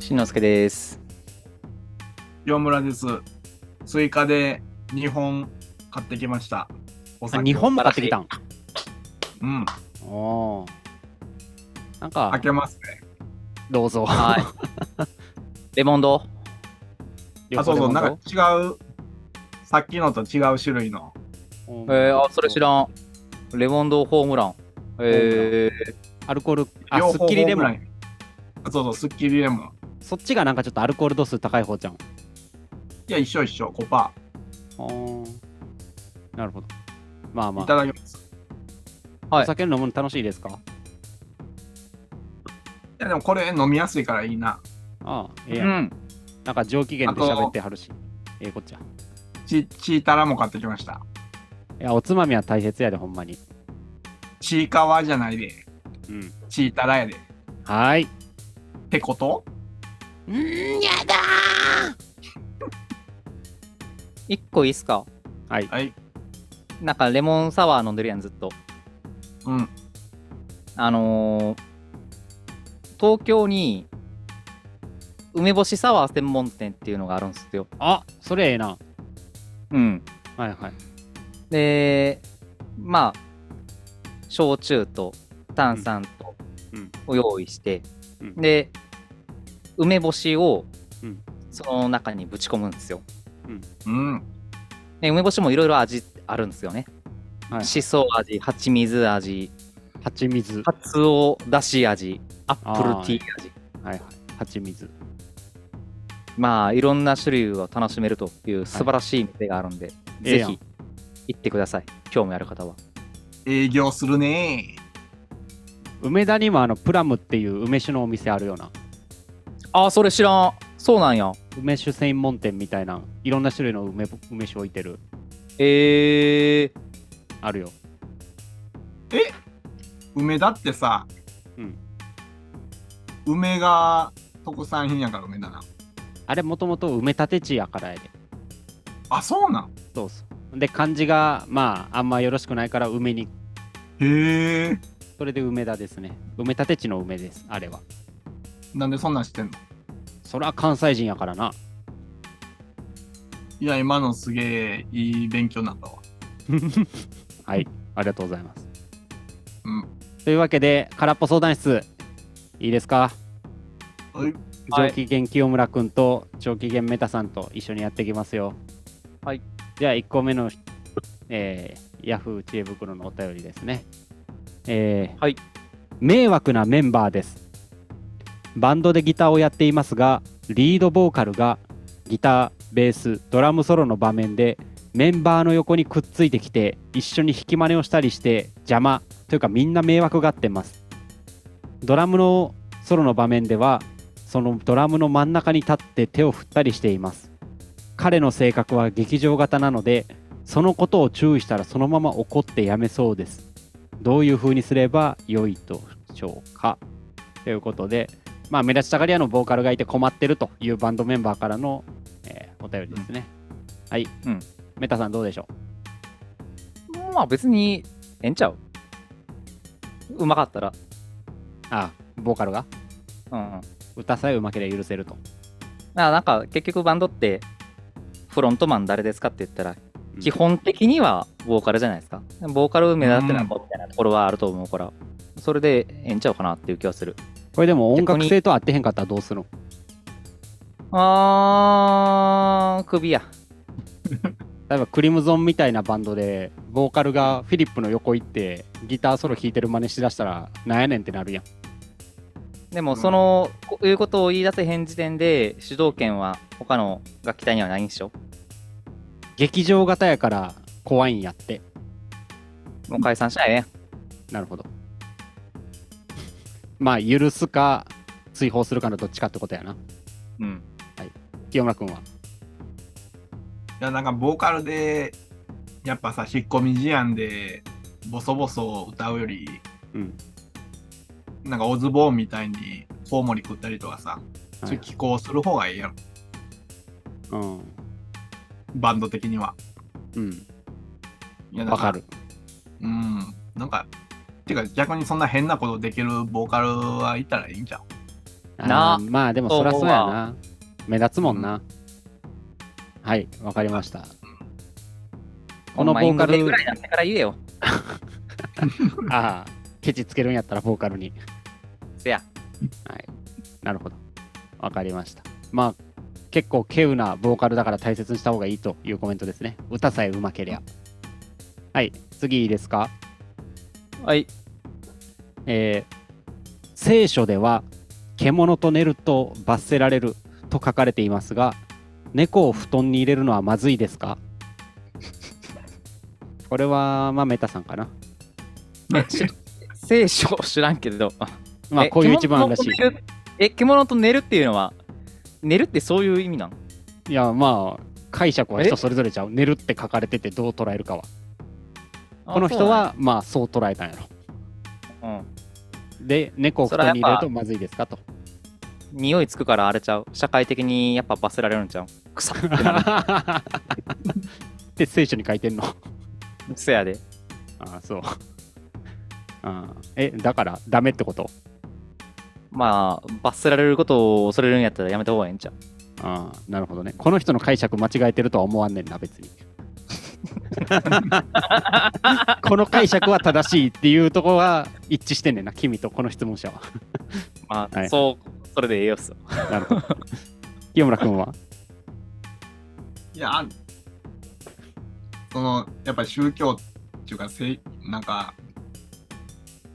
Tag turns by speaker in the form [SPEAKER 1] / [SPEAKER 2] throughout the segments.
[SPEAKER 1] しんのすけです。
[SPEAKER 2] 洋村です。追加で2本買ってきました。お
[SPEAKER 3] あ
[SPEAKER 2] 酒を
[SPEAKER 3] 日本も買ってきたん。
[SPEAKER 2] うん。
[SPEAKER 3] おーなん
[SPEAKER 2] 開
[SPEAKER 3] か、
[SPEAKER 2] けますね。
[SPEAKER 3] どうぞ。
[SPEAKER 1] はい。 レモンド。
[SPEAKER 2] あ、そうそう。
[SPEAKER 3] 両方
[SPEAKER 2] な
[SPEAKER 3] で
[SPEAKER 2] ん
[SPEAKER 3] も
[SPEAKER 2] か違う、さっきのと違う種類の。
[SPEAKER 3] どう
[SPEAKER 1] えー、あ、それ知らん。レモンドホームラン。え
[SPEAKER 3] アルコール、あ、すっきりレモン。
[SPEAKER 2] ン。あそうそう、スッキリレモン。
[SPEAKER 3] そっちがなんかちょっとアルコール度数高い方じゃん。
[SPEAKER 2] いや、一緒一緒、5%。パ
[SPEAKER 3] おーなるほど。まあ
[SPEAKER 2] ー
[SPEAKER 3] ま
[SPEAKER 2] い
[SPEAKER 3] あ、
[SPEAKER 2] ただきます。
[SPEAKER 1] はい
[SPEAKER 3] お酒飲むの楽しいですか
[SPEAKER 2] いや、でもこれ飲みやすいからいいな。
[SPEAKER 3] ああ、ええ
[SPEAKER 1] ー、
[SPEAKER 3] や。
[SPEAKER 1] うんん。
[SPEAKER 3] なんか上機嫌で喋ってはるし。ええこっちゃ。
[SPEAKER 2] チチータラも買ってきました。
[SPEAKER 3] いや、おつまみは大切やで、ほんまに。
[SPEAKER 2] チーカワじゃないで、
[SPEAKER 3] うん。
[SPEAKER 2] チータラやで。っ
[SPEAKER 3] はーい。
[SPEAKER 2] てこと
[SPEAKER 1] んやだー一個いいっすか
[SPEAKER 3] はい。
[SPEAKER 2] はい。
[SPEAKER 1] なんかレモンサワー飲んでるやん、ずっと。
[SPEAKER 2] うん。
[SPEAKER 1] あのー、東京に梅干しサワー専門店っていうのがあるんですよ。
[SPEAKER 3] あ、それええな。
[SPEAKER 1] うん。
[SPEAKER 3] はいはい。
[SPEAKER 1] で、まあ、焼酎と炭酸と
[SPEAKER 3] うんうん
[SPEAKER 1] を用意して、
[SPEAKER 3] うん
[SPEAKER 1] で、梅干しを
[SPEAKER 3] うん
[SPEAKER 1] その中にぶち込むんですよ。
[SPEAKER 2] うん。
[SPEAKER 1] で梅干しもいろいろ味あるんですよね。
[SPEAKER 3] はい
[SPEAKER 1] しそ味、蜂蜜味、
[SPEAKER 3] 蜂蜜。
[SPEAKER 1] かつおだし味、アップルティー味。
[SPEAKER 3] はいはい。蜂蜜。
[SPEAKER 1] まあ、いろんな種類を楽しめるという素晴らしい店があるんで、
[SPEAKER 3] ええ
[SPEAKER 1] ぜ
[SPEAKER 3] やん
[SPEAKER 1] ひ行ってください。興味ある方は。
[SPEAKER 2] 営業するね
[SPEAKER 3] 梅田にもあのプラムっていう梅酒のお店あるような
[SPEAKER 1] ああ、それ知らん。そうなんや。
[SPEAKER 3] 梅酒専門店みたいないろんな種類の梅梅酒置いてる
[SPEAKER 1] えー、
[SPEAKER 3] あるよ
[SPEAKER 2] 梅だってさ、
[SPEAKER 3] うん
[SPEAKER 2] 梅が特産品やから梅だな
[SPEAKER 3] あれもともと埋め立て地やからやで
[SPEAKER 2] あそうなん
[SPEAKER 3] そうそうで漢字がまああんまよろしくないから梅に
[SPEAKER 2] へえ
[SPEAKER 3] それで梅田ですね埋め立て地の梅ですあれは
[SPEAKER 2] なんでそんなんしてんの
[SPEAKER 3] そら関西人やからない
[SPEAKER 2] や今のすげえいい勉強になったわ
[SPEAKER 3] はいありがとうございます、
[SPEAKER 2] うん
[SPEAKER 3] というわけで空っぽ相談室いいですか
[SPEAKER 2] はい
[SPEAKER 1] はい
[SPEAKER 3] 上機嫌清村君と長機嫌メタさんと一緒にやっていきますよ
[SPEAKER 1] はい
[SPEAKER 3] じゃあ1個目の、えー、ヤフー知恵袋のお便りですねえー
[SPEAKER 1] はい
[SPEAKER 3] 迷惑なメンバーですバンドでギターをやっていますがリードボーカルがギターベースドラムソロの場面でメンバーの横にくっついてきて一緒に弾き真似をしたりして邪魔というかみんな迷惑がってますドラムのソロの場面ではそのドラムの真ん中に立って手を振ったりしています彼の性格は劇場型なのでそのことを注意したらそのまま怒ってやめそうですどういう風にすれば良いでしょうかということでまあ目立ちたがり屋のボーカルがいて困ってるというバンドメンバーからの、えーお便りですね、はい、
[SPEAKER 1] うん
[SPEAKER 3] メタさんどうでしょう
[SPEAKER 1] まあ別に、ええんちゃう。うまかったら。
[SPEAKER 3] あボーカルが
[SPEAKER 1] うん。
[SPEAKER 3] 歌さえうまければ許せると
[SPEAKER 1] あなんか結局バンドって、フロントマン誰ですかって言ったら、
[SPEAKER 3] うん
[SPEAKER 1] 基本的にはボーカルじゃないですか。ボーカル目立ってなんぼみたいなところはあると思うから、それでええんちゃうかなっていう気はする。
[SPEAKER 3] これでも音楽性と合ってへんかったらどうするの
[SPEAKER 1] あー、首や。
[SPEAKER 3] 例えばクリムゾンみたいなバンドでボーカルがフィリップの横行ってギターソロ弾いてる真似しだしたらなんやねんってなるやん
[SPEAKER 1] でも、その、こういうことを言い出せへん時点で、主導権は他の楽器隊にはないんでしょ
[SPEAKER 3] 劇場型やから怖いんやって
[SPEAKER 1] もう解散しないね。
[SPEAKER 3] なるほど まあ許すか追放するかのどっちかってことやな
[SPEAKER 1] うん。
[SPEAKER 3] 清村君はい
[SPEAKER 2] やなんかボーカルでやっぱさ引っ込み思案でボソボソ歌うより
[SPEAKER 3] うん
[SPEAKER 2] なんかオズボーンみたいにコウモリ食ったりとかさ、そういう気候する方がいいやろ
[SPEAKER 3] うん
[SPEAKER 2] バンド的には
[SPEAKER 3] うん
[SPEAKER 2] いやなん
[SPEAKER 3] わかる
[SPEAKER 2] うん なんかてか逆にそんな変なことできるボーカルはいたらいいんじゃん
[SPEAKER 1] な
[SPEAKER 3] あーまあでもそりゃそうやな目立つもんな、はいわかりましたこのボーカル
[SPEAKER 1] ほんまインドでぐらいになってから言えよ。
[SPEAKER 3] ああケチつけるんやったらボーカルに
[SPEAKER 1] せや。
[SPEAKER 3] はいなるほどわかりましたまあ結構稀有なボーカルだから大切にした方がいいというコメントですね歌さえうまけりゃはい次いいですか
[SPEAKER 1] はい。
[SPEAKER 3] えー聖書では獣と寝ると罰せられると書かれていますが猫を布団に入れるのはまずいですか これはまあメタさんかな
[SPEAKER 1] 聖書知らんけど。
[SPEAKER 3] まあ
[SPEAKER 1] え
[SPEAKER 3] こういう一番らし
[SPEAKER 1] 獣と寝るえ、獣と寝るっていうのは、寝るってそういう意味なの
[SPEAKER 3] いいやまあ解釈は人それぞれちゃう寝るって書かれててどう捉えるかはこの人、はまあそう捉えたんやろ
[SPEAKER 1] あそうなんや
[SPEAKER 3] で猫を布団に入れるとまずいですかと
[SPEAKER 1] うん、匂いつくからあれちゃう。社会的にやっぱ罰せられるんちゃう。臭っっ てなる。
[SPEAKER 3] で聖書に書いてんの
[SPEAKER 1] せやで。
[SPEAKER 3] ああそうああえだからダメってこと
[SPEAKER 1] まあ、罰せられることを恐れるんやったらやめた方がええんちゃう。
[SPEAKER 3] ああなるほどねこの人の解釈間違えてるとは思わんねんな別にこの解釈は正しいっていうとこは一致してんねんな君とこの質問者は
[SPEAKER 1] まあ、
[SPEAKER 3] はい
[SPEAKER 1] そう、それでええよっすよ。
[SPEAKER 3] なるほど清村君はい
[SPEAKER 2] や、その、やっぱり宗教っていうか、せいなんか、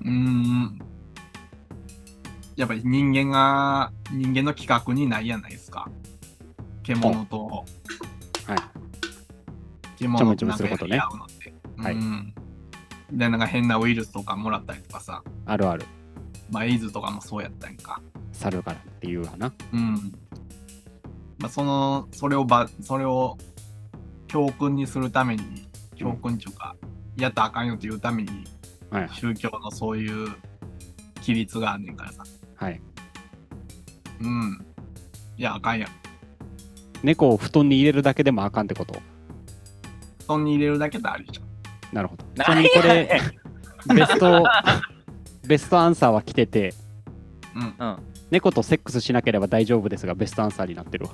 [SPEAKER 2] うーん、やっぱり人間が、人間の企画にないやないですか。獣と、
[SPEAKER 3] はい。ちょ
[SPEAKER 2] 獣
[SPEAKER 3] めち
[SPEAKER 2] と
[SPEAKER 3] ょめ
[SPEAKER 2] なん
[SPEAKER 3] す
[SPEAKER 2] か
[SPEAKER 3] るこ
[SPEAKER 2] や
[SPEAKER 3] とね
[SPEAKER 2] り合うのって。
[SPEAKER 3] はい
[SPEAKER 2] うん。で、なんか変なウイルスとかもらったりとかさ、
[SPEAKER 3] あるある
[SPEAKER 2] まあ、エイズとかもそうやったんか。
[SPEAKER 3] 猿からっていうわな
[SPEAKER 2] うん。まあ、その、それをば、それを教訓にするために、教訓というか、やったらあかんよというために、
[SPEAKER 3] はい
[SPEAKER 2] 宗教のそういう規律があんねんからさ。
[SPEAKER 3] はい
[SPEAKER 2] うん。いや、あかんやん。
[SPEAKER 3] 猫を布団に入れるだけでもあかんってこと
[SPEAKER 2] 布団に入れるだけでありじゃん。
[SPEAKER 3] なるほどちな
[SPEAKER 1] な
[SPEAKER 3] み
[SPEAKER 1] ん
[SPEAKER 3] に
[SPEAKER 1] や
[SPEAKER 3] これベスト ベストアンサーは来てて
[SPEAKER 2] うん。
[SPEAKER 3] 猫とセックスしなければ大丈夫ですがベストアンサーになってるわ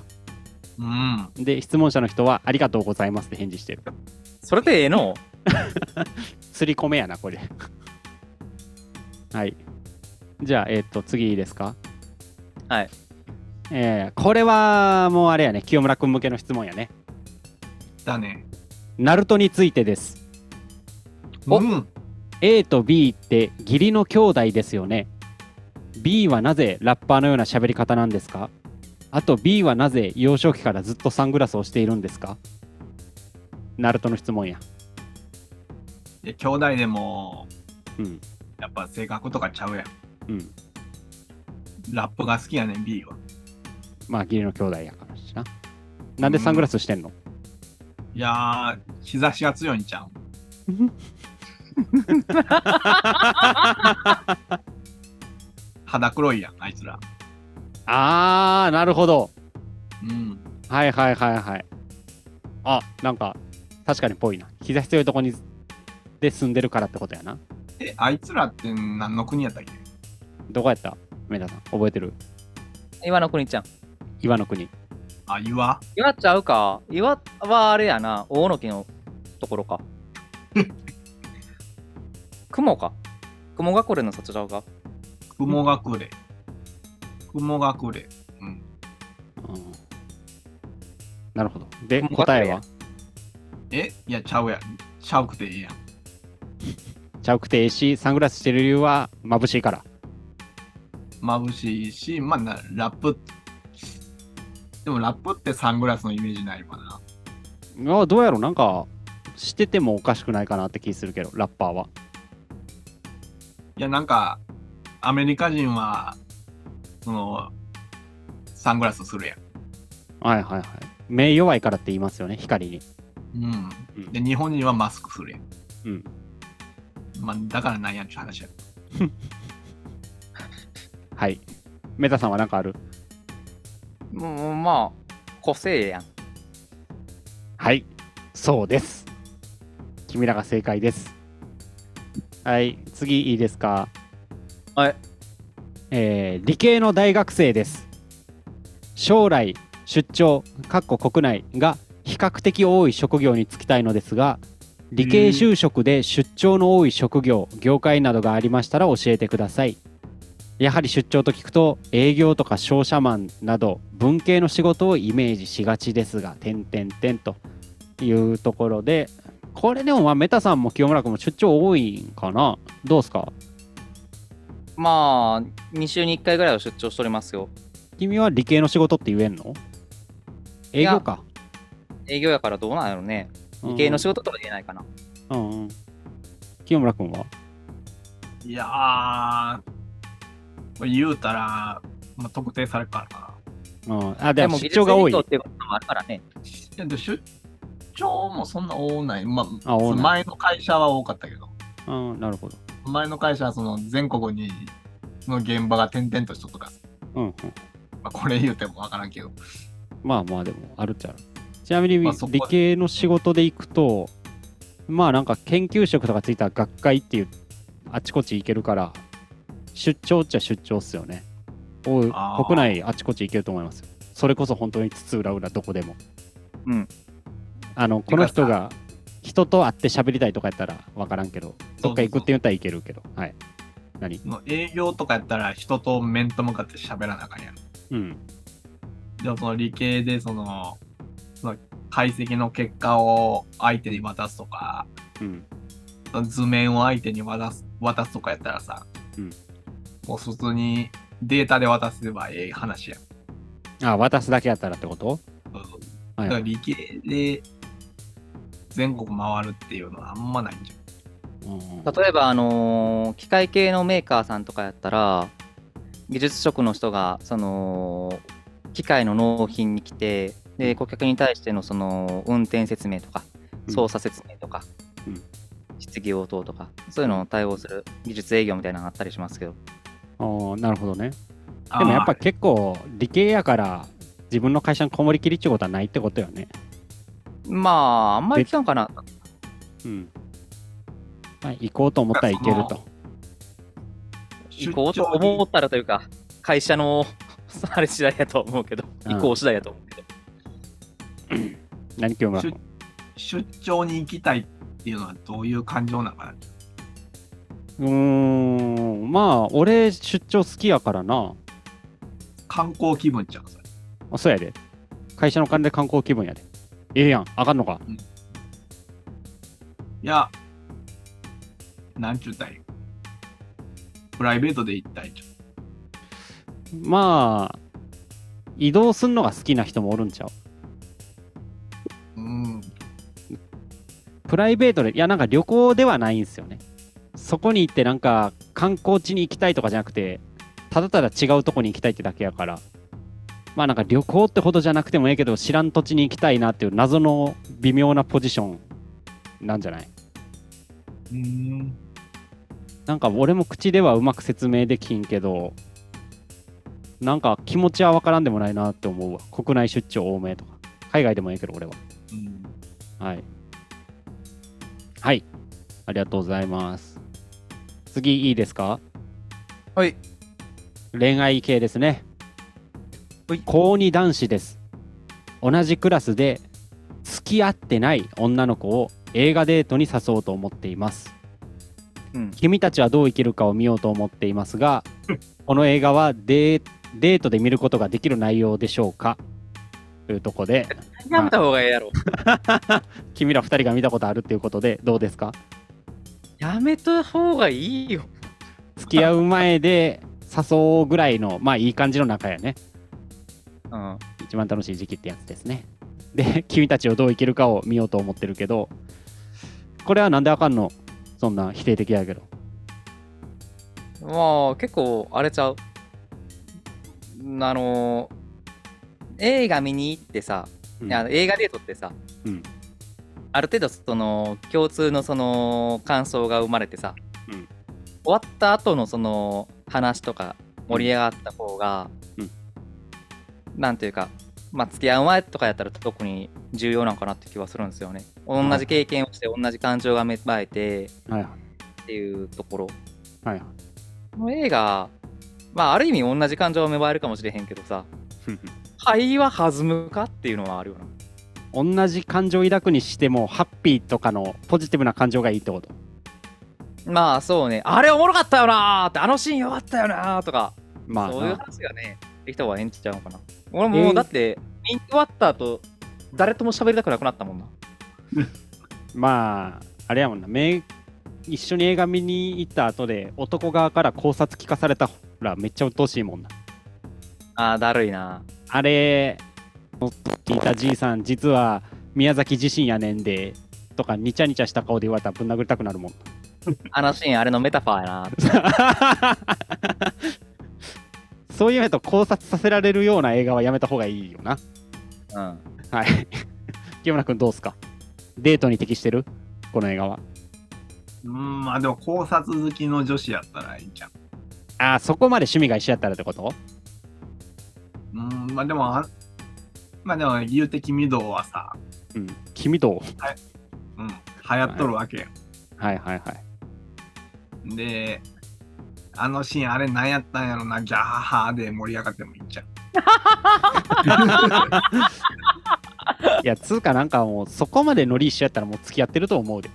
[SPEAKER 2] うん。
[SPEAKER 3] で質問者の人はありがとうございますって返事してる
[SPEAKER 1] それでええの
[SPEAKER 3] すり込めやな、これ。 はい。じゃあ、えっ、と、次いいですか
[SPEAKER 1] はい。
[SPEAKER 3] えーこれはもうあれやね、清村君向けの質問やね。
[SPEAKER 2] だね。
[SPEAKER 3] ナルトについてです。
[SPEAKER 1] お
[SPEAKER 2] うん。
[SPEAKER 3] A と B って義理の兄弟ですよね。B はなぜラッパーのような喋り方なんですかあと B はなぜ幼少期からずっとサングラスをしているんですかナルトの質問や。
[SPEAKER 2] いや、兄弟でも、
[SPEAKER 3] うん。
[SPEAKER 2] やっぱ性格とかちゃうやん。
[SPEAKER 3] うん。
[SPEAKER 2] ラップが好きやねん、B は。
[SPEAKER 3] まあ、義理の兄弟やからしな。なんでサングラスしてんの、
[SPEAKER 2] いやー、日差しが強いんちゃう肌黒いやん、あいつら。
[SPEAKER 3] あー、なるほど。
[SPEAKER 2] うん。
[SPEAKER 3] はいはいはいはい。あ、なんか、確かにぽいな。日差し強いとこにで住んでるからってことやな。
[SPEAKER 2] え、あいつらって何の国やったっけ
[SPEAKER 3] どこやった梅田さん、覚えてる
[SPEAKER 1] 岩の国ちゃん。
[SPEAKER 3] 岩の国。
[SPEAKER 2] あ、岩
[SPEAKER 1] 岩ちゃうか。岩はあれやな。大野木のとこ ろか。雲か。雲がこれの里ちゃうか。
[SPEAKER 2] 雲隠れ。雲隠れ。うん。
[SPEAKER 3] うん、なるほど。で、
[SPEAKER 1] もう
[SPEAKER 3] 答えは
[SPEAKER 2] えいや、ちゃうやん。ちゃうくてええやん。
[SPEAKER 3] ちゃうくてええし、サングラスしてる理由は眩しいから。
[SPEAKER 2] 眩しいし、まあな、ラップ。でもラップってサングラスのイメージないわな。
[SPEAKER 3] あどうやろなんか、しててもおかしくないかなって気するけど、ラッパーは。
[SPEAKER 2] いや、なんか、アメリカ人は、その、サングラスするや
[SPEAKER 3] はいはいはい。目弱いからって言いますよね、光に。
[SPEAKER 2] ん。うん。
[SPEAKER 3] うん
[SPEAKER 2] で、日本人はマスクするやん。
[SPEAKER 3] うん、
[SPEAKER 2] まあ、だからなんやっちゅう話や。
[SPEAKER 3] はい。梅田さんは何かある
[SPEAKER 1] もうまあ、個性やん。
[SPEAKER 3] はい、そうです。君らが正解です。はい、次いいですか。
[SPEAKER 1] はい。
[SPEAKER 3] えー理系の大学生です将来出張かっこ国内が比較的多い職業に就きたいのですが理系就職で出張の多い職業業界などがありましたら教えてくださいやはり出張と聞くと営業とか商社マンなど文系の仕事をイメージしがちですが点々点というところでこれでもまあメタさんも清村君も出張多いんかなどうですか
[SPEAKER 1] まあ、2週に1回ぐらいは出張しておりますよ。
[SPEAKER 3] 君は理系の仕事って言えんの営業か
[SPEAKER 1] 営業やからどうなんやろね。理系の仕事とは言えないかな。
[SPEAKER 3] 事、うんうん、清村君はい
[SPEAKER 2] やー、まあ言うたら、まあ、特定されるからな。
[SPEAKER 3] うんあでも出張が多い
[SPEAKER 1] 技術移行っていうこともあるからね。
[SPEAKER 2] いやで出張もそんな多ない。まあ、
[SPEAKER 3] あ多ない
[SPEAKER 2] 前の会社は多かったけど、
[SPEAKER 3] うんなるほど
[SPEAKER 2] 前の会社はその全国にの現場が転々としとったから、
[SPEAKER 3] うんうん
[SPEAKER 2] まあ、これ言うてもわからんけど。
[SPEAKER 3] まあまあでもあるっちゃあるちなみに
[SPEAKER 2] まあそこは
[SPEAKER 3] 理系の仕事で行くとまあなんか研究職とかついたら学会っていうあちこち行けるから出張っちゃ出張っすよねおう
[SPEAKER 2] あー
[SPEAKER 3] 国内あちこち行けると思いますよそれこそ本当に津々浦々どこでも
[SPEAKER 1] うん
[SPEAKER 3] あのこの人が人と会って喋りたいとかやったら分からんけどどっか行くって言ったらいけるけどはい何
[SPEAKER 2] の営業とかやったら人と面と向かって喋らなあかんやん。
[SPEAKER 3] うん
[SPEAKER 2] でもその理系でその、その解析の結果を相手に渡すとか、
[SPEAKER 3] うん
[SPEAKER 2] その図面を相手に渡す渡すとかやったらさ、
[SPEAKER 3] うん
[SPEAKER 2] もう普通にデータで渡せばええ話やん。
[SPEAKER 3] あ渡すだけやったらってこと
[SPEAKER 2] そうそう
[SPEAKER 3] は
[SPEAKER 2] だから
[SPEAKER 3] い
[SPEAKER 2] 理系で全国回るっていうのはあんまないんじゃん。
[SPEAKER 3] うん
[SPEAKER 1] 例えば、あのー機械系のメーカーさんとかやったら、技術職の人が、その、機械の納品に来て、で、顧客に対しての、その、運転説明とか、
[SPEAKER 3] うん
[SPEAKER 1] 操作説明とか、
[SPEAKER 3] うん
[SPEAKER 1] 質疑応答とか、そういうのを対応する技術営業みたいなのがあったりしますけど、
[SPEAKER 3] あーなるほどねでもやっぱ
[SPEAKER 2] あ
[SPEAKER 3] 結構理系やから自分の会社にこもりきりってことはないってことよね。
[SPEAKER 1] まあ、あんまり聞かんかな。
[SPEAKER 3] うん。まあ、行こうと思ったら行けると。
[SPEAKER 2] ー
[SPEAKER 1] 行こうと
[SPEAKER 2] 出張に
[SPEAKER 1] 思ったらというか、会社の あれ次第やと思うけど、
[SPEAKER 3] うん
[SPEAKER 1] 移行次第やと思うけど、
[SPEAKER 3] 何今日
[SPEAKER 2] 出出張に行きたいっていうのはどういう感情なのかな
[SPEAKER 3] うーん。まあ、俺出張好きやからな。
[SPEAKER 2] 観光気分ちゃうそれ
[SPEAKER 3] あそうやで。会社の金で観光気分やで。ええやん。あかんのか。
[SPEAKER 2] いや、なんちゅうたらいいプライベートで行ったいちゃう
[SPEAKER 3] まあ、移動すんのが好きな人もおるんちゃう。
[SPEAKER 2] うん。
[SPEAKER 3] プライベートで、いや、なんか旅行ではないんですよね。そこに行って、なんか観光地に行きたいとかじゃなくて、ただただ違うとこに行きたいってだけやから、まあなんか旅行ってほどじゃなくてもええけど、知らん土地に行きたいなっていう謎の微妙なポジションなんじゃない
[SPEAKER 2] うん。
[SPEAKER 3] なんか俺も口ではうまく説明できんけど、なんか気持ちはわからんでもないなって思うわ。国内出張多めとか、海外でもええけど俺は。
[SPEAKER 2] うん
[SPEAKER 3] はい。はい。ありがとうございます。次、いいですか
[SPEAKER 1] はい。
[SPEAKER 3] 恋愛系ですね。
[SPEAKER 1] はい
[SPEAKER 3] 高2男子です。同じクラスで、付き合ってない女の子を映画デートに誘おうと思っています。
[SPEAKER 1] うん
[SPEAKER 3] 君たちはどう生きるかを見ようと思っていますが、この映画はデーデートで見ることができる内容でしょうかというとこ で、
[SPEAKER 1] やめた方がええやろ。
[SPEAKER 3] 君ら2人が見たことあるということで、どうですか
[SPEAKER 1] やめた方がいいよ。
[SPEAKER 3] 付き合う前で誘うぐらいの、まあいい感じの仲やね。
[SPEAKER 1] うん。
[SPEAKER 3] 一番楽しい時期ってやつですね。で、君たちをどう生きるかを見ようと思ってるけど、これはなんであかんのそんな否定的やけど。
[SPEAKER 1] まあ、結構、あれちゃう。んあのー、映画見に行ってさ、
[SPEAKER 3] うん
[SPEAKER 1] いや映画デートってさ、
[SPEAKER 3] うん
[SPEAKER 1] ある程度、その、共通のその、感想が生まれてさ、
[SPEAKER 3] うん
[SPEAKER 1] 終わった後のその、話とか、盛り上がった方が、
[SPEAKER 3] うん
[SPEAKER 1] なんていうか、まあ、付き合う前とかやったら特に重要なんかなって気はするんですよね。同じ経験をして、同じ感情が芽生えて
[SPEAKER 3] はいはい
[SPEAKER 1] っていうところ。
[SPEAKER 3] はいはい。
[SPEAKER 1] この映画、まあある意味同じ感情は芽生えるかもしれへんけどさ肺は弾むかっていうのはあるよな
[SPEAKER 3] 同じ感情を抱くにしてもハッピーとかのポジティブな感情がいいってこと
[SPEAKER 1] まあそうねあれおもろかったよなーってあのシーンよかったよなーとか
[SPEAKER 3] まあ
[SPEAKER 1] そういう
[SPEAKER 3] な
[SPEAKER 1] 話がねできた方がええんちゃうのかな俺も
[SPEAKER 3] え
[SPEAKER 1] う
[SPEAKER 3] ー
[SPEAKER 1] だって、見終わった後誰とも喋りたくなくなったもんな
[SPEAKER 3] まああれやもんなめ一緒に映画見に行った後で男側から考察聞かされたらめっちゃ鬱陶しいもんな
[SPEAKER 1] あーだるいな
[SPEAKER 3] あれ聞いたじいさん実は宮崎自身やねんでとかにちゃにちゃした顔で言われたらぶん殴りたくなるもん
[SPEAKER 1] あのシーンあれのメタファーやなー
[SPEAKER 3] そういう意味だと考察させられるような映画はやめた方がいいよな
[SPEAKER 1] うん
[SPEAKER 3] はい。 清村君どうすかデートに適してるこの映画は。
[SPEAKER 2] うん、まあでも考察好きの女子やったらいいんじゃん。
[SPEAKER 3] ああ、そこまで趣味が一緒やったらってこと
[SPEAKER 2] うん、まあでも、あまあでも、言うて君道はさ、
[SPEAKER 3] うん。君と。
[SPEAKER 2] うん、流行っとるわけや
[SPEAKER 3] はいはいはい。
[SPEAKER 2] ん。で、あのシーンあれなんやったんやろな、ギャハハで盛り上がってもいいんじゃん。
[SPEAKER 3] いや、つうかなんかもう、そこまでノリ一緒やったらもう付き合ってると 思うで。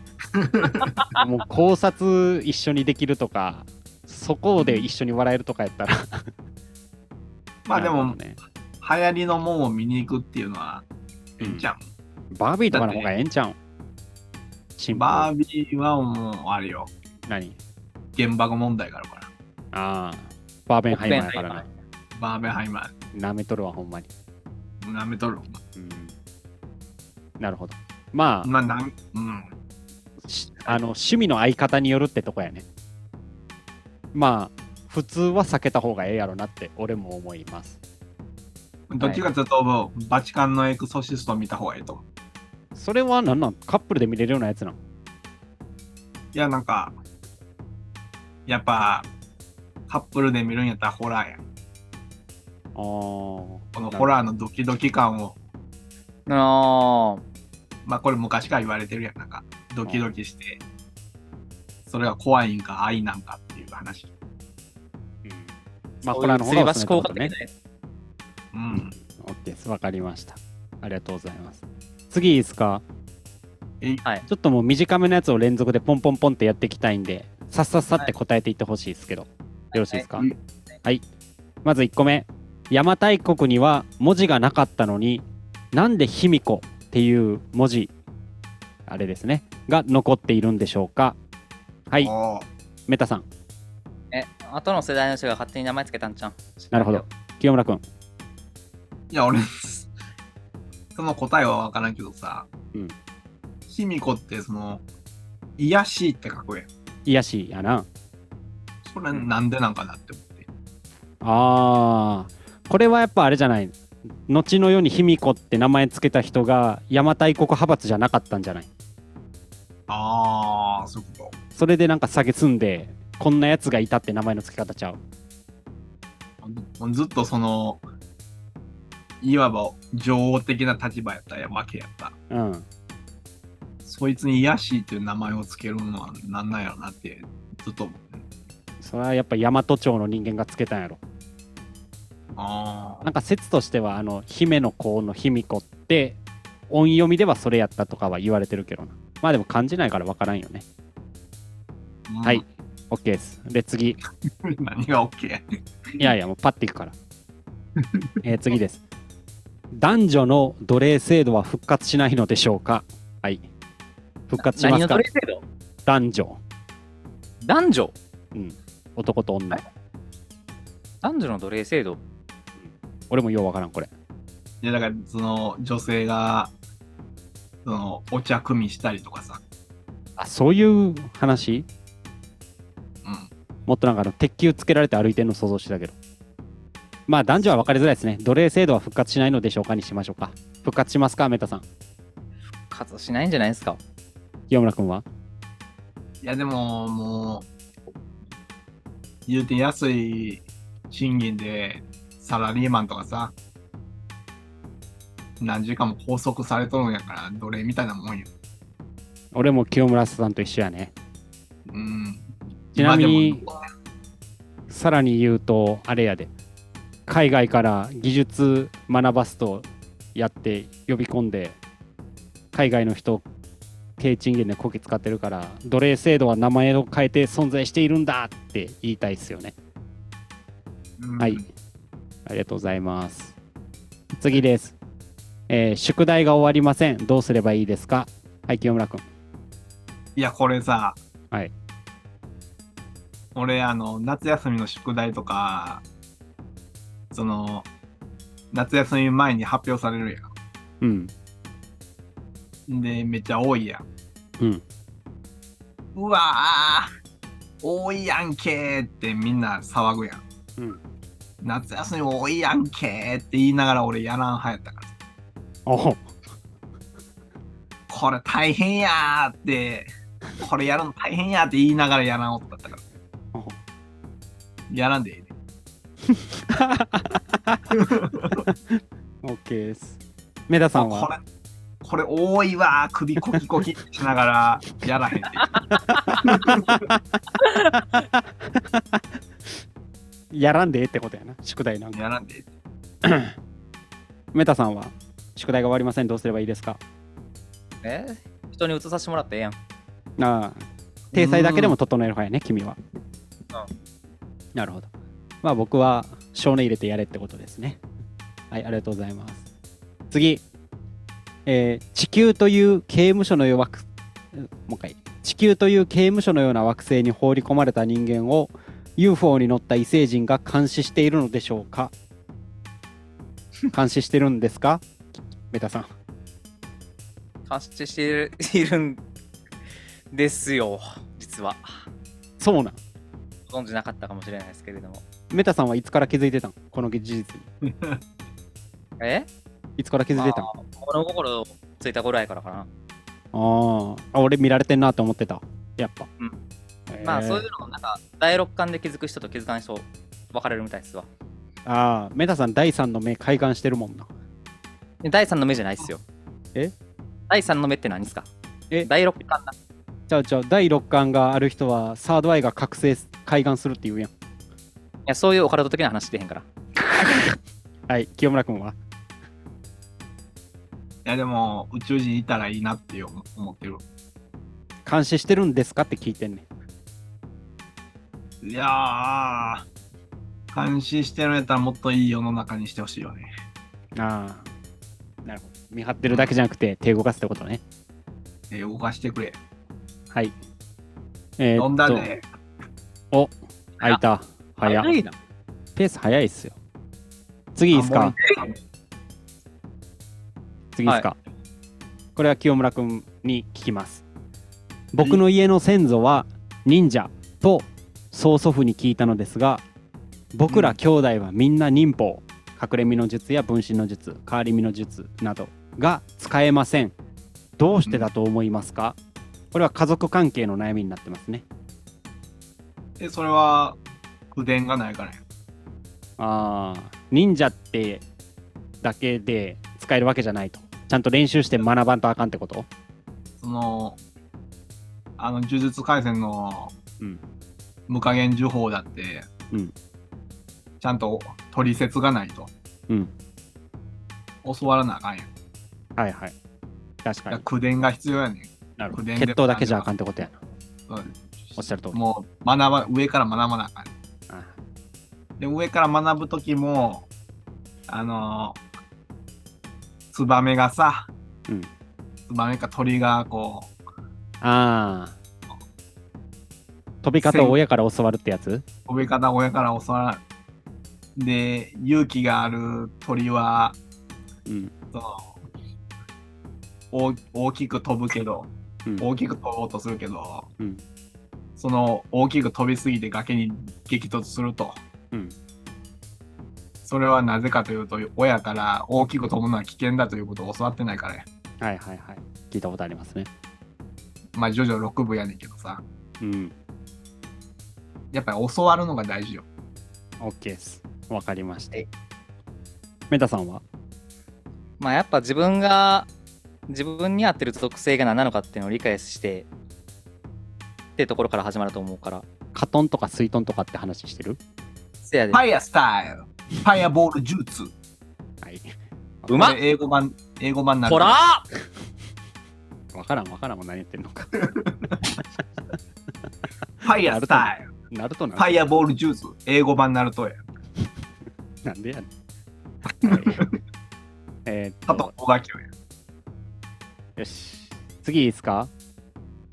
[SPEAKER 3] もう考察一緒にできるとか、そこで一緒に笑えるとかやったら。
[SPEAKER 2] まあで
[SPEAKER 3] なる
[SPEAKER 2] も、
[SPEAKER 3] ほどね、
[SPEAKER 2] 流行りのもんを見に行くっていうのは、いいんじゃん。
[SPEAKER 3] バービーとかの方がええんちゃうんシンプル
[SPEAKER 2] バービーはもう、あれよ、
[SPEAKER 3] 何
[SPEAKER 2] 原爆問題があるから。
[SPEAKER 3] ああ、バーベンハイマーやから
[SPEAKER 1] オッ
[SPEAKER 3] な。
[SPEAKER 2] バーベンハイマ
[SPEAKER 3] なめとるわ、ほんまに。
[SPEAKER 2] ー、なめとる。
[SPEAKER 3] うん。なるほど。まあ、
[SPEAKER 2] まあ、なん、うん。
[SPEAKER 3] しあの趣味の相方によるってとこやねまあ普通は避けた方がええやろなって俺も思います
[SPEAKER 2] どっちかというと、バチカンのエクソシスト見た方がいいと思う。
[SPEAKER 3] それはなんなんカップルで見れるようなやつなん
[SPEAKER 2] いや、なんか、やっぱ、カップルで見るんやったらホラーやん。
[SPEAKER 3] あー
[SPEAKER 2] このホラーのドキドキ感を、
[SPEAKER 1] あ
[SPEAKER 2] まあこれ昔から言われてるやん。なんか、ドキドキして、それが怖いんか愛なんかっていう話。
[SPEAKER 3] うん
[SPEAKER 1] ー
[SPEAKER 3] まあホラーの方がおすすめってこ
[SPEAKER 1] そういう吊り橋効果
[SPEAKER 3] と
[SPEAKER 1] 的な
[SPEAKER 3] ね
[SPEAKER 1] やつ
[SPEAKER 2] うん。
[SPEAKER 3] オッケーですわかりましたありがとうございます次いいですか
[SPEAKER 2] えい
[SPEAKER 1] はい
[SPEAKER 3] ちょっともう短めのやつを連続でポンポンポンってやっていきたいんでさっさっさって答えていってほしいですけど、よろしいですか、
[SPEAKER 2] はい
[SPEAKER 3] まず1個目邪馬台国には文字がなかったのになんで卑弥呼っていう文字あれですねが残っているんでしょうかはい
[SPEAKER 2] おー
[SPEAKER 3] メタさん
[SPEAKER 1] え後の世代の人が勝手に名前つけたんちゃう
[SPEAKER 3] なるほど清村君
[SPEAKER 2] いや、俺、 その答えはわからんけどさ、
[SPEAKER 3] うん
[SPEAKER 2] 卑弥呼ってその、癒しいって書くやん。
[SPEAKER 3] 癒やしやな
[SPEAKER 2] それなんでなんかなって思って。
[SPEAKER 3] あーこれはやっぱあれじゃない後の世に卑弥呼って名前つけた人が邪馬台国派閥じゃなかったんじゃない
[SPEAKER 2] ああ、そういうこ
[SPEAKER 3] それでなんか下げすんでこんなやつがいたって名前の付け方ちゃう
[SPEAKER 2] と。ずっとその、いわば女王的な立場やったわけやった。
[SPEAKER 3] うん
[SPEAKER 2] そいつにヤシーっていう名前をつけるのはなんなんやろなってずっと思ってる。
[SPEAKER 3] それはやっぱ大和町の人間がつけたんやろ
[SPEAKER 2] あ
[SPEAKER 3] なんか説としてはあの姫の子の卑弥呼って音読みではそれやったとかは言われてるけどなまあでも感じないから分からんよね
[SPEAKER 2] あ、うん
[SPEAKER 3] はい OK ですで次い
[SPEAKER 2] 何が OK やねん
[SPEAKER 3] やいやもうパッていくからえー次です 男女の奴隷制度は復活しないのでしょうかはい復活します
[SPEAKER 1] 何の
[SPEAKER 3] か
[SPEAKER 1] 奴隷制度
[SPEAKER 3] 男女
[SPEAKER 1] 男女
[SPEAKER 3] 男と女
[SPEAKER 1] 男女の奴隷制度
[SPEAKER 3] 俺もよう分からんこれ
[SPEAKER 2] いやだからその女性がそのお茶汲みしたりとかさ。
[SPEAKER 3] あそういう話
[SPEAKER 2] うん。
[SPEAKER 3] もっとなんかあの鉄球つけられて歩いてるの想像してたけど。まあ男女は分かりづらいですね。奴隷制度は復活しないのでしょうかにしましょうか。復活しますか、メタさん。
[SPEAKER 1] 活動しないんじゃないですか
[SPEAKER 3] 清村君はい
[SPEAKER 2] やでももう、言うて安い賃金でサラリーマンとかさ、何時間も拘束されとるんやから奴隷みたいなもんよ。
[SPEAKER 3] 俺も清村さんと一緒やね。
[SPEAKER 2] うん。
[SPEAKER 3] ちなみに
[SPEAKER 2] 今でも
[SPEAKER 3] さらに言うとあれやで海外から技術学ばすとやって呼び込んで海外の人低賃金でこき使ってるから奴隷制度は名前を変えて存在しているんだって言いたいっすよね
[SPEAKER 2] うん
[SPEAKER 3] はい。ありがとうございます。次です。えー宿題が終わりません。どうすればいいですかはい、清村君。
[SPEAKER 2] いや、これさ、
[SPEAKER 3] はい。
[SPEAKER 2] 俺、あの、夏休みの宿題とか、その、夏休み前に発表される
[SPEAKER 3] うん。
[SPEAKER 2] やん。で、めっちゃ多いやん。
[SPEAKER 3] うん。
[SPEAKER 2] うわー多いやんけーってみんな騒ぐやん。
[SPEAKER 3] うん。
[SPEAKER 2] 夏休み多いやんけーって言いながら俺やらんはやったから。
[SPEAKER 3] おほ
[SPEAKER 2] これ大変やーって、これやるの大変やーって言いながらやらんおったから。
[SPEAKER 3] おほ
[SPEAKER 2] やらんでいいね。
[SPEAKER 3] オッケーです。メダさん
[SPEAKER 2] こ
[SPEAKER 3] は
[SPEAKER 2] れこれ多いわー首コキコキしながらやらへんっていう
[SPEAKER 3] やらんでええってことやな。宿題なんか。
[SPEAKER 2] やらんでいい
[SPEAKER 3] メタさんは宿題が終わりません。どうすればいいですか
[SPEAKER 1] え人に移させてもらってええやん。
[SPEAKER 3] ああ、体裁だけでも整える派やね、君は。
[SPEAKER 1] う
[SPEAKER 3] なるほど。まあ僕は、少年入れてやれってことですね。はい、ありがとうございます。次、えー地球という刑務所のよう惑、もう一回、地球という刑務所のような惑星に放り込まれた人間を UFO に乗った異星人が監視しているのでしょうか監視してるんですかメタさん。
[SPEAKER 1] 監視しているいるんですよ、実は。
[SPEAKER 3] そうなん。
[SPEAKER 1] ご存じなかったかもしれないですけれども。
[SPEAKER 3] メタさんはいつから気づいてたんこの事実に。
[SPEAKER 1] え
[SPEAKER 3] いつから気づいてたん
[SPEAKER 1] まあ物心ついた頃やからかな。
[SPEAKER 3] ああ、俺見られてんなと思ってた。やっぱ。
[SPEAKER 1] うん
[SPEAKER 3] へー
[SPEAKER 1] まあそういうの、なんか、第六感で気づく人と気づかない人、分かれるみたいですわ。
[SPEAKER 3] ああ、メタさん第3の目開眼してるもんな。
[SPEAKER 1] で第三の目じゃないっすよ。
[SPEAKER 3] え
[SPEAKER 1] 第三の目って何ですか
[SPEAKER 3] え
[SPEAKER 1] 第六感な。
[SPEAKER 3] ちゃうちゃう、第6感がある人はサードアイが覚醒す、開眼するって言うやん。
[SPEAKER 1] いや、そういうオカルト的な話してへんから。
[SPEAKER 3] はい、清村君は。
[SPEAKER 2] やでも宇宙人いたらいいなって思思ってる
[SPEAKER 3] 監視してるんですかって聞いてんねん。
[SPEAKER 2] いやー監視してるんやったらもっといい世の中にしてほしいよね
[SPEAKER 3] ああ、なるほど。見張ってるだけじゃなくて手動かすってことね。
[SPEAKER 2] えー動かしてくれ
[SPEAKER 3] はい。えーっと
[SPEAKER 2] 飲んだで
[SPEAKER 3] 開いた。早っ。
[SPEAKER 1] いな。
[SPEAKER 3] ペース早いっすよ。次いいっすか
[SPEAKER 2] あもういいね
[SPEAKER 3] 次ですか、これは清村君に聞きます僕の家の先祖は忍者と曽祖父に聞いたのですが僕ら兄弟はみんな忍法隠れ身の術や分身の術変わり身の術などが使えませんどうしてだと思いますか、これは家族関係の悩みになってますね
[SPEAKER 2] えそれは不伝がないからや
[SPEAKER 3] あー忍者ってだけで使えるわけじゃないとちゃんと練習して学ばんとあかんってこと
[SPEAKER 2] そのあの呪術廻戦の
[SPEAKER 3] うん
[SPEAKER 2] 無加減呪法だって、
[SPEAKER 3] うん
[SPEAKER 2] ちゃんと取説がないと
[SPEAKER 3] うん
[SPEAKER 2] 教わらなあかんやん
[SPEAKER 3] はいはい確か
[SPEAKER 2] だから
[SPEAKER 3] に
[SPEAKER 2] 口伝が必要やねん。
[SPEAKER 3] なるほど。
[SPEAKER 2] 口伝
[SPEAKER 3] 決
[SPEAKER 2] で
[SPEAKER 3] 闘だけじゃあかんってことやな。
[SPEAKER 2] うん
[SPEAKER 3] おっしゃる通り。
[SPEAKER 2] もう学ば上から学ばなあかんね
[SPEAKER 3] あ
[SPEAKER 2] ん。で上から学ぶ時もあのーツバメがさ、
[SPEAKER 3] うん
[SPEAKER 2] ツバメか鳥がこう
[SPEAKER 3] あー。飛び方を親から教わるってやつ
[SPEAKER 2] 飛び方親から教わらない。で勇気がある鳥は
[SPEAKER 3] うん。
[SPEAKER 2] その大大きく飛ぶけど、
[SPEAKER 3] うん
[SPEAKER 2] 大きく飛ぼうとするけど、
[SPEAKER 3] うん
[SPEAKER 2] その大きく飛びすぎて崖に激突すると。
[SPEAKER 3] うん。
[SPEAKER 2] それはなぜかというと、親から大きく飛ぶのは危険だということを教わってないからや。
[SPEAKER 3] はいはいはい。聞いたことありますね。
[SPEAKER 2] まあ、徐々6部やねんけどさ。
[SPEAKER 3] うん。
[SPEAKER 2] やっぱり教わるのが大事よ。
[SPEAKER 3] OK です。わかりました
[SPEAKER 1] はい。
[SPEAKER 3] メタさんは
[SPEAKER 1] まあやっぱ自分が自分に合ってる属性が何なのかっていうのを理解してってところから始まると思うから
[SPEAKER 3] カトンとかスイトンとかって話してる
[SPEAKER 1] せやで
[SPEAKER 2] フ。ァイアスタイル。ファイアボール術。
[SPEAKER 3] はい。
[SPEAKER 1] うまっ
[SPEAKER 2] これ英語版、英語版になる。
[SPEAKER 1] ほらー
[SPEAKER 3] わからんわからんもん何言ってんのか。
[SPEAKER 2] ファイアスタイル。
[SPEAKER 3] ナルトな
[SPEAKER 2] フ
[SPEAKER 3] ん
[SPEAKER 2] ァイアボール術。英語版ナルトや。
[SPEAKER 3] なんでやねん。はいえー
[SPEAKER 2] 佐
[SPEAKER 3] っと
[SPEAKER 2] 藤、小垣や。
[SPEAKER 3] よし。次いいですか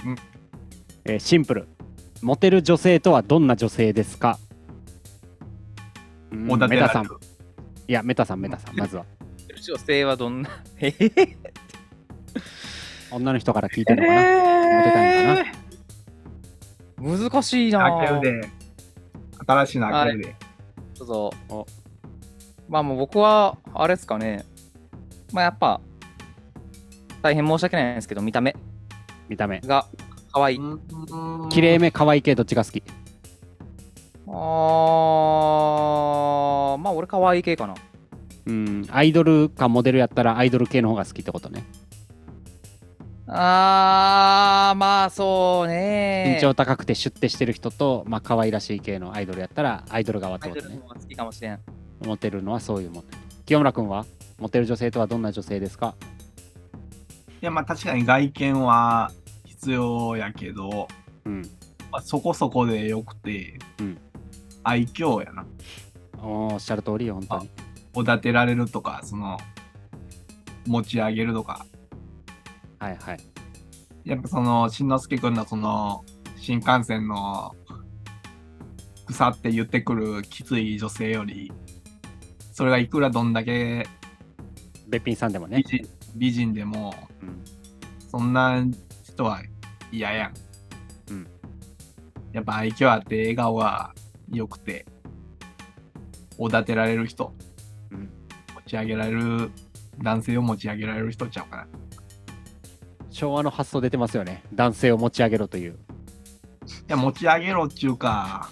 [SPEAKER 2] うん
[SPEAKER 3] えーシンプル。モテる女性とはどんな女性ですかうん
[SPEAKER 2] おだて
[SPEAKER 3] メ
[SPEAKER 2] ら
[SPEAKER 3] タ
[SPEAKER 2] れ
[SPEAKER 3] さん。
[SPEAKER 2] る
[SPEAKER 3] い。や、メタさん、メタさん、まずは。
[SPEAKER 1] 女性はどんなえー
[SPEAKER 3] 女の人から聞いたのかな、モテたいのか
[SPEAKER 1] 難しいな
[SPEAKER 2] 開け
[SPEAKER 1] ぁ。
[SPEAKER 2] るで。新しいの開けるで。
[SPEAKER 1] どうぞ
[SPEAKER 3] お。
[SPEAKER 1] まあもう僕は、あれですかね。まあやっぱ、大変申し訳ないんですけど、見た目
[SPEAKER 3] 見た目。
[SPEAKER 1] が可愛い。
[SPEAKER 3] 綺麗め、可愛い系、どっちが好き
[SPEAKER 1] あー、まあ俺可愛い系かな。
[SPEAKER 3] うん、アイドルかモデルやったらアイドル系の方が好きってことね。
[SPEAKER 1] あー、まあそうね。
[SPEAKER 3] 身長高くてシュッてしてる人と、まあ可愛らしい系のアイドルやったらアイドル側っ
[SPEAKER 1] ア
[SPEAKER 3] て
[SPEAKER 1] イ
[SPEAKER 3] こ
[SPEAKER 1] ド
[SPEAKER 3] と
[SPEAKER 1] ルの
[SPEAKER 3] ね。
[SPEAKER 1] 方が好きかもしれん。
[SPEAKER 3] モテるのはそういうもん。清村君はモテる女性とはどんな女性ですか
[SPEAKER 2] いや、まあ確かに外見は必要やけど、
[SPEAKER 3] うん。
[SPEAKER 2] まあ、そこそこでよくて、
[SPEAKER 3] うん
[SPEAKER 2] 愛嬌やな。
[SPEAKER 3] おっしゃる通りよ、本当に。
[SPEAKER 2] おだてられるとか、その、持ち上げるとか。
[SPEAKER 3] はいはい。
[SPEAKER 2] やっぱその、しんのすけくんのその、新幹線の、草って言ってくるきつい女性より、それがいくらどんだけ
[SPEAKER 3] べっぴんさんでも
[SPEAKER 2] 美
[SPEAKER 3] ね。
[SPEAKER 2] 人美人でも、
[SPEAKER 3] うん
[SPEAKER 2] そんな人は嫌やん。
[SPEAKER 3] うん
[SPEAKER 2] やっぱ愛嬌あって笑顔が良くて、おだてられる人、
[SPEAKER 3] うん
[SPEAKER 2] 持ち上げられる、男性を持ち上げられる人ちゃうかな。
[SPEAKER 3] 昭和の発想出てますよね。男性を持ち上げろという。
[SPEAKER 2] いや、持ち上げろっちゅうか、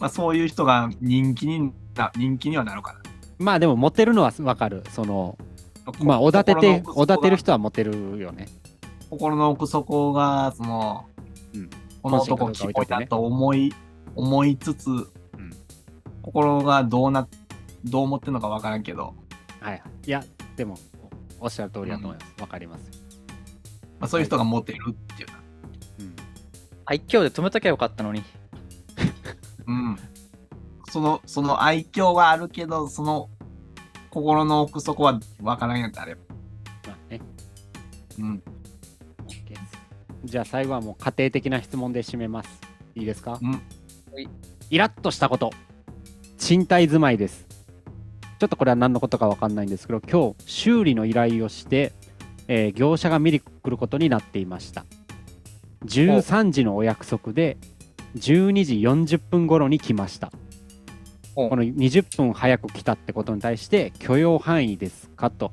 [SPEAKER 2] まあそういう人が人気にな、人気にはなるか
[SPEAKER 3] まあでもモテるのはわかる。その、
[SPEAKER 2] な。
[SPEAKER 3] まあおだて
[SPEAKER 2] 心の
[SPEAKER 3] て
[SPEAKER 2] 奥、底が
[SPEAKER 3] おだてる人はモテるよね。
[SPEAKER 2] 心の奥底が、その、
[SPEAKER 3] うん
[SPEAKER 2] この男キモいなと思い、思いつつ、心がどうな、どう思ってんのかわからんけど、
[SPEAKER 3] はいはい。いや、でも、おっしゃる通りだと思います。わかります。
[SPEAKER 2] まあ、そういう人がモテるっていうな。
[SPEAKER 3] うん
[SPEAKER 1] 愛嬌で止めときゃよかったのに。
[SPEAKER 2] うん。その、その愛嬌があるけど、その、心の奥底はわからんやったらあれ。
[SPEAKER 3] まあね
[SPEAKER 2] うん。
[SPEAKER 3] じゃあ最後はもう家庭的な質問で締めます。いいですか、
[SPEAKER 2] うん
[SPEAKER 1] い
[SPEAKER 3] イラッとしたこと。賃貸住まいです。ちょっとこれは何のことかわかんないんですけど、今日修理の依頼をして、えー業者が見に来ることになっていました。13時のお約束で、12時40分頃に来ました。
[SPEAKER 1] お
[SPEAKER 3] この20分早く来たってことに対して、許容範囲ですかと。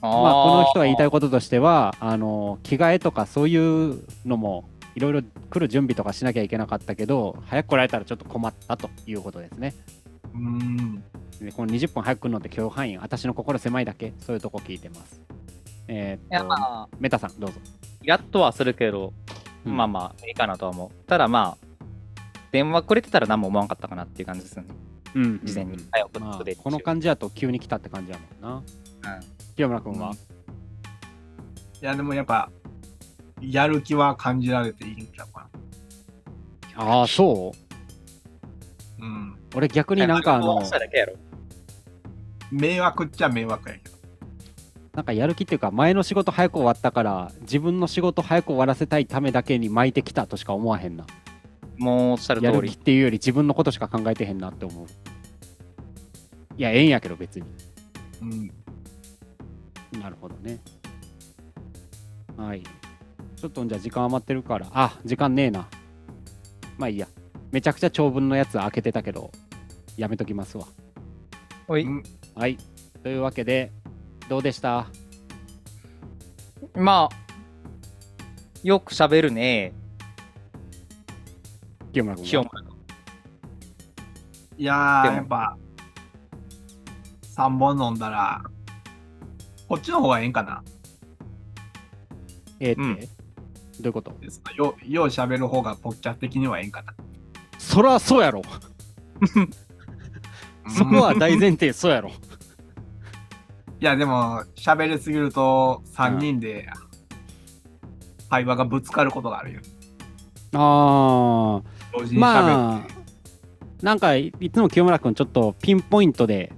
[SPEAKER 1] まあ
[SPEAKER 3] まあ、この人が言いたいこととしてはあの着替えとかそういうのもいろいろ来る準備とかしなきゃいけなかったけど早く来られたらちょっと困ったということですね
[SPEAKER 2] うん。
[SPEAKER 3] でこの20分早く来るのって許容範囲私の心狭いだけそういうとこ聞いてますえ
[SPEAKER 1] い
[SPEAKER 3] ー
[SPEAKER 1] や
[SPEAKER 3] っ
[SPEAKER 1] ま
[SPEAKER 3] と
[SPEAKER 1] あ
[SPEAKER 3] メタさんどうぞ
[SPEAKER 1] イラッとはするけど、
[SPEAKER 3] うん
[SPEAKER 1] まあまあ、いいかなとは思う。ただまあ、電話くれてたら何も思わんかったかなっていう感じですよね。
[SPEAKER 3] うん
[SPEAKER 1] 事前に
[SPEAKER 3] うんうん
[SPEAKER 1] 早く
[SPEAKER 3] まあ
[SPEAKER 1] 送れっていう
[SPEAKER 3] この感じだと急に来たって感じやもんな清村君は、
[SPEAKER 2] いや、でもやっぱ、やる気は感じられていいんちゃうか
[SPEAKER 3] ああそう
[SPEAKER 2] な。うん。
[SPEAKER 3] 俺逆になんかあの
[SPEAKER 1] だけやろ。
[SPEAKER 2] 迷惑っちゃ迷惑やけど。
[SPEAKER 3] なんかやる気っていうか前の仕事早く終わったから自分の仕事早く終わらせたいためだけに巻いてきたとしか思わへんな
[SPEAKER 1] もうおっしゃる
[SPEAKER 3] や
[SPEAKER 1] 通
[SPEAKER 3] る気っ
[SPEAKER 1] り。
[SPEAKER 3] ていうより自分のことしか考えてへんなって思ういやええんやけど別に
[SPEAKER 2] うん。
[SPEAKER 3] なるほどねはいちょっとじゃあ時間余ってるからあ時間ねえなまあいいやめちゃくちゃ長文のやつ開けてたけどやめときますわ
[SPEAKER 1] おい
[SPEAKER 2] うん
[SPEAKER 3] はいというわけでどうでした
[SPEAKER 1] まあ、よく喋るね、
[SPEAKER 3] 清村君
[SPEAKER 1] 清
[SPEAKER 3] は
[SPEAKER 1] 村君。
[SPEAKER 2] いや
[SPEAKER 1] で
[SPEAKER 2] ー、
[SPEAKER 1] も
[SPEAKER 2] やっぱ、3本飲んだら、こっちの方がええんかな。
[SPEAKER 3] ええって、
[SPEAKER 1] うん
[SPEAKER 3] どういうこと
[SPEAKER 2] そのよよう喋る方がポッキャ的にはええんかな。
[SPEAKER 3] そらそうやろそこは大前提そうや ろ
[SPEAKER 2] いや、でも、喋りすぎると、3人で、会話がぶつかることがあるよ。
[SPEAKER 3] ああ
[SPEAKER 2] 同時に喋
[SPEAKER 3] ま
[SPEAKER 2] る
[SPEAKER 3] あなんかいいつも清村君ちょっとピンポイントで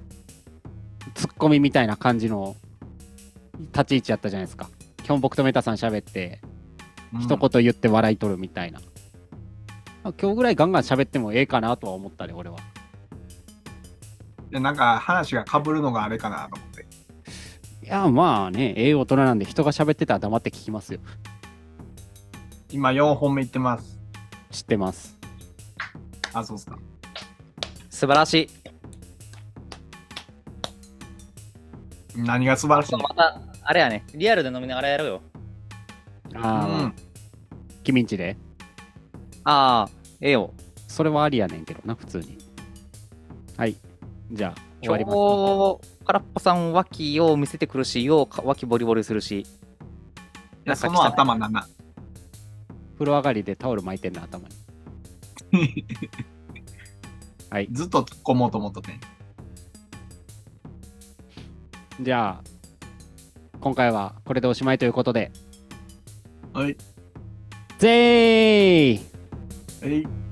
[SPEAKER 3] ツッコミみたいな感じの立ち位置やったじゃないですか基本僕とメタさん喋って
[SPEAKER 2] うん
[SPEAKER 3] 一言言って笑い取るみたいな、今日ぐらいガンガン喋ってもええかなとは思ったで俺は
[SPEAKER 2] でなんか話がかぶるのがあれかなと思って。
[SPEAKER 3] いやまあねええ大人なんで人が喋ってたら黙って聞きますよ
[SPEAKER 2] 今4本目いってます。
[SPEAKER 3] 知ってます
[SPEAKER 2] あ、そうっすか。
[SPEAKER 1] 素晴らしい。
[SPEAKER 2] 何が素晴らしいの
[SPEAKER 1] また、あれやね、リアルで飲みながらやろうよ。
[SPEAKER 2] う
[SPEAKER 3] ああ
[SPEAKER 2] ん、
[SPEAKER 3] 君んちで
[SPEAKER 1] ああ、ええよ。
[SPEAKER 3] それはありやねんけどな普通にはいじゃあ終
[SPEAKER 1] 今
[SPEAKER 3] わります
[SPEAKER 1] 日、空っぽさん、脇を見せてくるし、ようか、脇ボリボリするし。
[SPEAKER 2] いやその頭なんな。
[SPEAKER 3] 風呂上がりでタオル巻いてんな頭にはい
[SPEAKER 2] ずっと突っ込もうと思っとってん。
[SPEAKER 3] じゃあ今回はこれでおしまいということで
[SPEAKER 2] はい。
[SPEAKER 3] ぜーい
[SPEAKER 2] はい